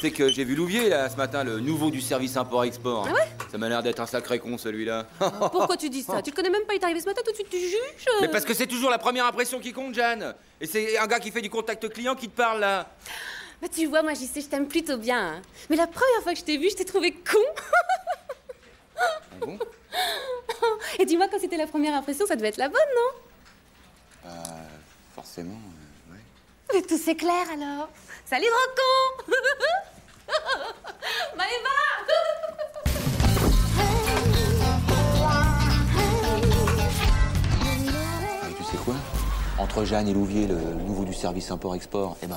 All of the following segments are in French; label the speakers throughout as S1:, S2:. S1: C'est que j'ai vu Louvier là ce matin, le nouveau du service import-export.
S2: Ah ouais
S1: Ça m'a l'air d'être un sacré con celui-là.
S3: Ah
S2: Pourquoi tu dis ça Tu le connais même pas, il est arrivé ce matin, tout de suite tu juges
S1: Mais parce que c'est toujours la première impression qui compte, Jeanne. Et c'est un gars qui fait du contact client qui te parle là.
S2: Bah, tu vois, moi j'y sais, je t'aime plutôt bien. hein. Mais la première fois que je t'ai vu, je t'ai trouvé con.
S1: Ah bon
S2: Et dis-moi, quand c'était la première impression, ça devait être la bonne, non
S1: Forcément. euh,
S2: Mais tout s'éclaire alors. Salut, Drocon Maëva
S1: Et tu sais quoi Entre Jeanne et Louvier, le nouveau du service import-export, eh ben.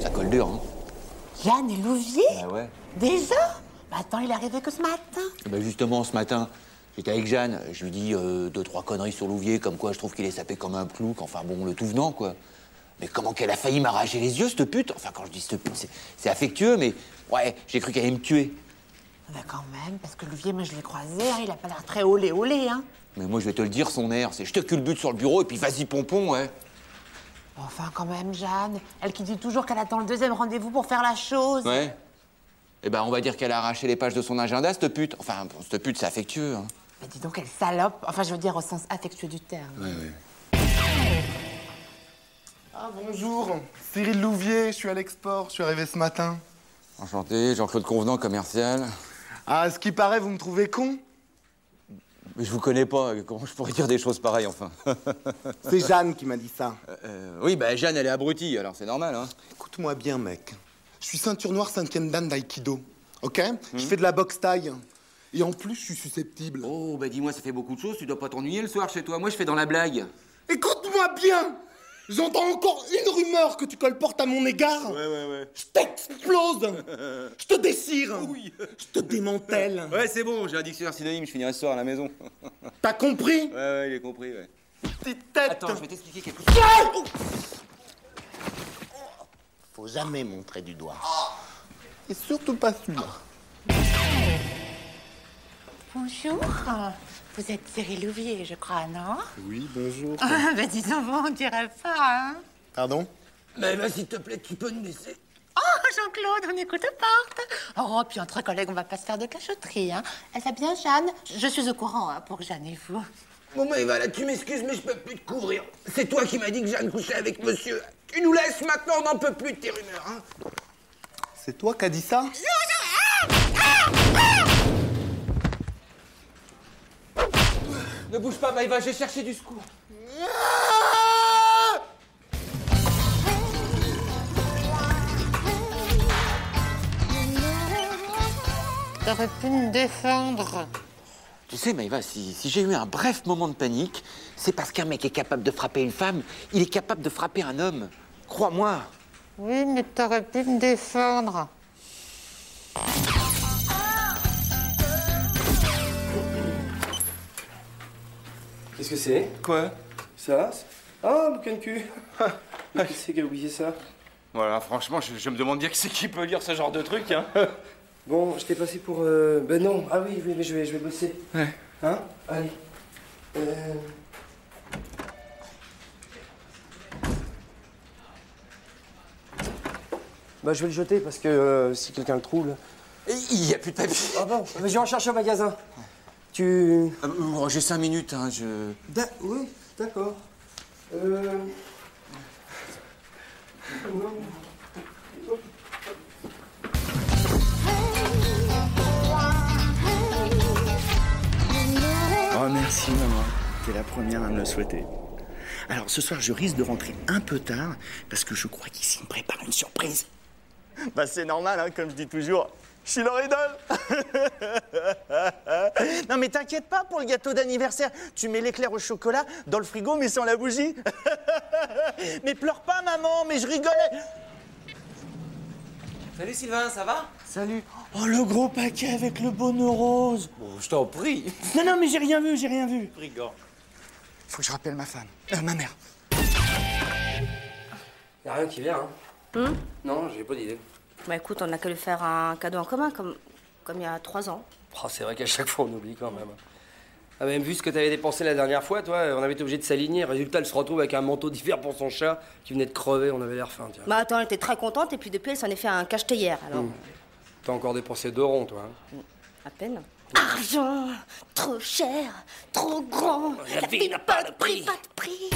S1: Ça colle dur, hein
S3: Jeanne et Louvier
S1: Bah ouais.
S3: Déjà Bah attends, il est arrivé que ce matin.
S1: Eh ben justement, ce matin, j'étais avec Jeanne, je lui dis euh, deux, trois conneries sur Louvier, comme quoi je trouve qu'il est sapé comme un plouc, enfin bon, le tout venant, quoi. Mais comment qu'elle a failli m'arracher les yeux, cette pute Enfin, quand je dis cette pute, c'est- c'est affectueux, mais ouais, j'ai cru qu'elle allait me tuer.
S3: Bah quand même, parce que Louvier, moi je l'ai croisé, hein, il a pas l'air très olé olé, hein.
S1: Mais moi, je vais te le dire, son air, c'est je te culbute sur le bureau et puis vas-y, pompon, hein. ouais.
S3: Enfin quand même, Jeanne, elle qui dit toujours qu'elle attend le deuxième rendez-vous pour faire la chose.
S1: Ouais. Eh ben, on va dire qu'elle a arraché les pages de son agenda, cette pute. Enfin, bon, cette pute, c'est affectueux, hein.
S3: Bah dis donc, elle salope. Enfin je veux dire au sens affectueux du terme.
S4: Ah bonjour, Cyril Louvier, je suis à l'export, je suis arrivé ce matin.
S1: Enchanté, Jean-Claude Convenant, commercial.
S4: Ah, à ce qui paraît, vous me trouvez con
S1: Mais je vous connais pas, comment je pourrais dire des choses pareilles, enfin
S4: C'est Jeanne qui m'a dit ça.
S1: Euh, Oui, bah Jeanne, elle est abrutie, alors c'est normal, hein.
S4: Écoute-moi bien, mec. Je suis ceinture noire cinquième dan d'aïkido, ok Je fais de la boxe taille. Et en plus, je suis susceptible.
S1: Oh, bah dis-moi, ça fait beaucoup de choses, tu dois pas t'ennuyer le soir chez toi. Moi, je fais dans la blague.
S4: Écoute-moi bien J'entends encore une rumeur que tu colportes à mon égard. Ouais, ouais, ouais. Je t'explose Je te déchire Je te démantèle
S1: Ouais, c'est bon, j'ai un dictionnaire synonyme, je finirai ce soir à la maison. ouais,
S4: T'as compris
S1: ouais, j'ai compris, ouais.
S4: Petite tête
S1: Attends, je vais t'expliquer quelque chose.
S4: Faut jamais montrer du doigt. Et surtout pas celui-là.
S3: Bonjour. Vous êtes Cyril Louvier, je crois, non
S4: Oui, bonjour.
S3: Ah, bah dis donc, on dirait pas, hein.
S4: Pardon
S1: Mais là, Bah, s'il te plaît, tu peux me laisser.
S3: Oh, Jean-Claude, on écoute porte. Oh, puis entre collègues, on va pas se faire de cachotterie, hein. Elle va bien, Jeanne Je suis au courant, hein, pour Jeanne et vous.
S1: Bon, bah, Eva, là, tu m'excuses, mais je peux plus te couvrir. C'est toi qui m'as dit que Jeanne couchait avec monsieur. Tu nous laisses maintenant, on n'en peut plus de tes rumeurs, hein.
S4: C'est toi qui as dit ça
S1: Ne bouge pas, Maïva, j'ai cherché du secours.
S3: T'aurais pu me défendre.
S1: Tu sais, Maïva, si, si j'ai eu un bref moment de panique, c'est parce qu'un mec est capable de frapper une femme, il est capable de frapper un homme. Crois-moi.
S3: Oui, mais t'aurais pu me défendre.
S5: Qu'est-ce que c'est
S6: Quoi
S5: Ça Ah, bouquin de cul Mais Qui c'est qui a oublié ça
S6: Voilà, franchement, je, je me demande bien que c'est qui peut lire ce genre de truc, hein
S5: Bon, je t'ai passé pour... euh, Ben non, ah oui, oui, mais je vais, je vais bosser. Ouais. Hein Allez. Euh... Bah, je vais le jeter parce que euh, si quelqu'un le trouble...
S1: Et Il n'y a plus de papier.
S5: Ah bon Mais je vais en chercher au magasin. Tu...
S1: Euh, oh, j'ai cinq minutes, hein, je...
S5: Da- Oui, d'accord. Euh...
S7: Oh merci maman, t'es la première à me le souhaiter. Alors ce soir je risque de rentrer un peu tard parce que je crois qu'ici me prépare une surprise. Bah c'est normal, hein, comme je dis toujours,
S1: Je suis leur idole Non mais t'inquiète pas pour le gâteau d'anniversaire. Tu mets l'éclair au chocolat dans le frigo mais sans la bougie. mais pleure pas maman, mais je rigolais.
S8: Salut Sylvain, ça va
S1: Salut. Oh le gros paquet avec le bonnet rose.
S8: Bon, je t'en prie.
S1: Non non mais j'ai rien vu, j'ai rien vu.
S8: Brigand.
S1: Faut que je rappelle ma femme, Euh, ma mère.
S5: Y'a rien qui vient, hein
S7: Hum
S5: Non, j'ai pas d'idée.
S7: Bah écoute, on a qu'à lui faire un cadeau en commun, comme, comme il y a trois ans.
S5: Oh, c'est vrai qu'à chaque fois, on oublie quand même. Ah, même vu ce que t'avais dépensé la dernière fois, toi, on avait été obligé de s'aligner. Résultat, elle se retrouve avec un manteau d'hiver pour son chat qui venait de crever, on avait l'air fin, tiens.
S7: Bah attends, elle était très contente et puis depuis, elle s'en est fait un cacheté hier, alors.
S5: Hum. T'as encore dépensé deux ronds, toi. hein.
S7: À peine. Argent Trop cher Trop grand
S5: Oh, La vie n'a pas de prix.
S7: Pas de prix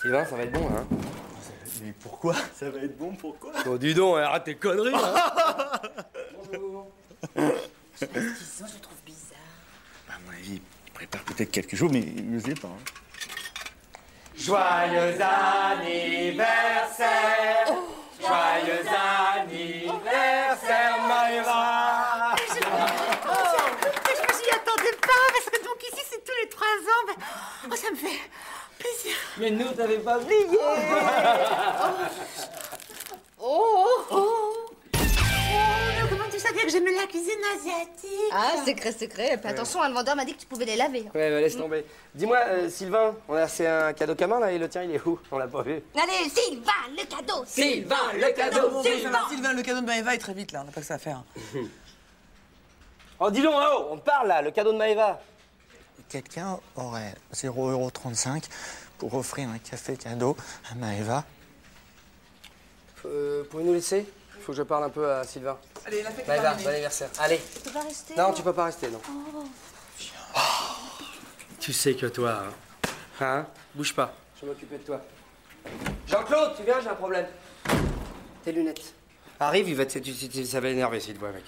S5: Sylvain, ça va être bon, hein
S1: Mais pourquoi Ça va être bon pourquoi
S5: Bon, dis donc, hein, arrête tes conneries, hein.
S3: Je sais pas ce qu'ils ont, je le trouve bizarre.
S4: À mon avis, il prépare peut-être quelques jours, mais il ne sait pas.
S1: hein.
S8: Joyeux anniversaire Joyeux anniversaire, Maëva
S3: Je me suis attendais pas, parce que donc ici c'est tous les trois ans. Ben, oh, ça me fait plaisir.
S8: Mais nous, t'avais pas oublié
S3: Oh, oh, oh. Oh, comment tu savais que j'aimais la cuisine asiatique
S7: Ah, secret, secret. Et puis attention, hein, le vendeur m'a dit que tu pouvais les laver.
S5: Ouais, bah laisse tomber. Dis-moi, euh, Sylvain, on a c'est un cadeau commun, là, et le tien, il est où On l'a pas vu.
S7: Allez, Sylvain, le cadeau
S8: Sylvain, le cadeau
S7: Sylvain
S8: Bah, Sylvain, le cadeau de Maëva est très vite, là, on n'a pas que ça à faire.
S5: Oh, dis donc, oh, on te parle, là, le cadeau de Maëva.
S4: Quelqu'un aurait 0,35€ pour offrir un café cadeau à Maëva
S5: Euh, pouvez-nous laisser Faut que je parle un peu à Sylvain. Bah,
S8: Allez, la fête est
S5: Maëva,
S8: terminée.
S5: bon anniversaire. Allez.
S7: Tu peux pas rester
S5: Non, tu peux pas rester, non.
S7: Oh.
S5: Tu sais que toi, hein, hein Bouge pas. Je vais m'occuper de toi. Jean-Claude, tu viens, j'ai un problème. Tes lunettes. Arrive, il va te... tu- tu- tu- ça va énerver s'il te voit, mec.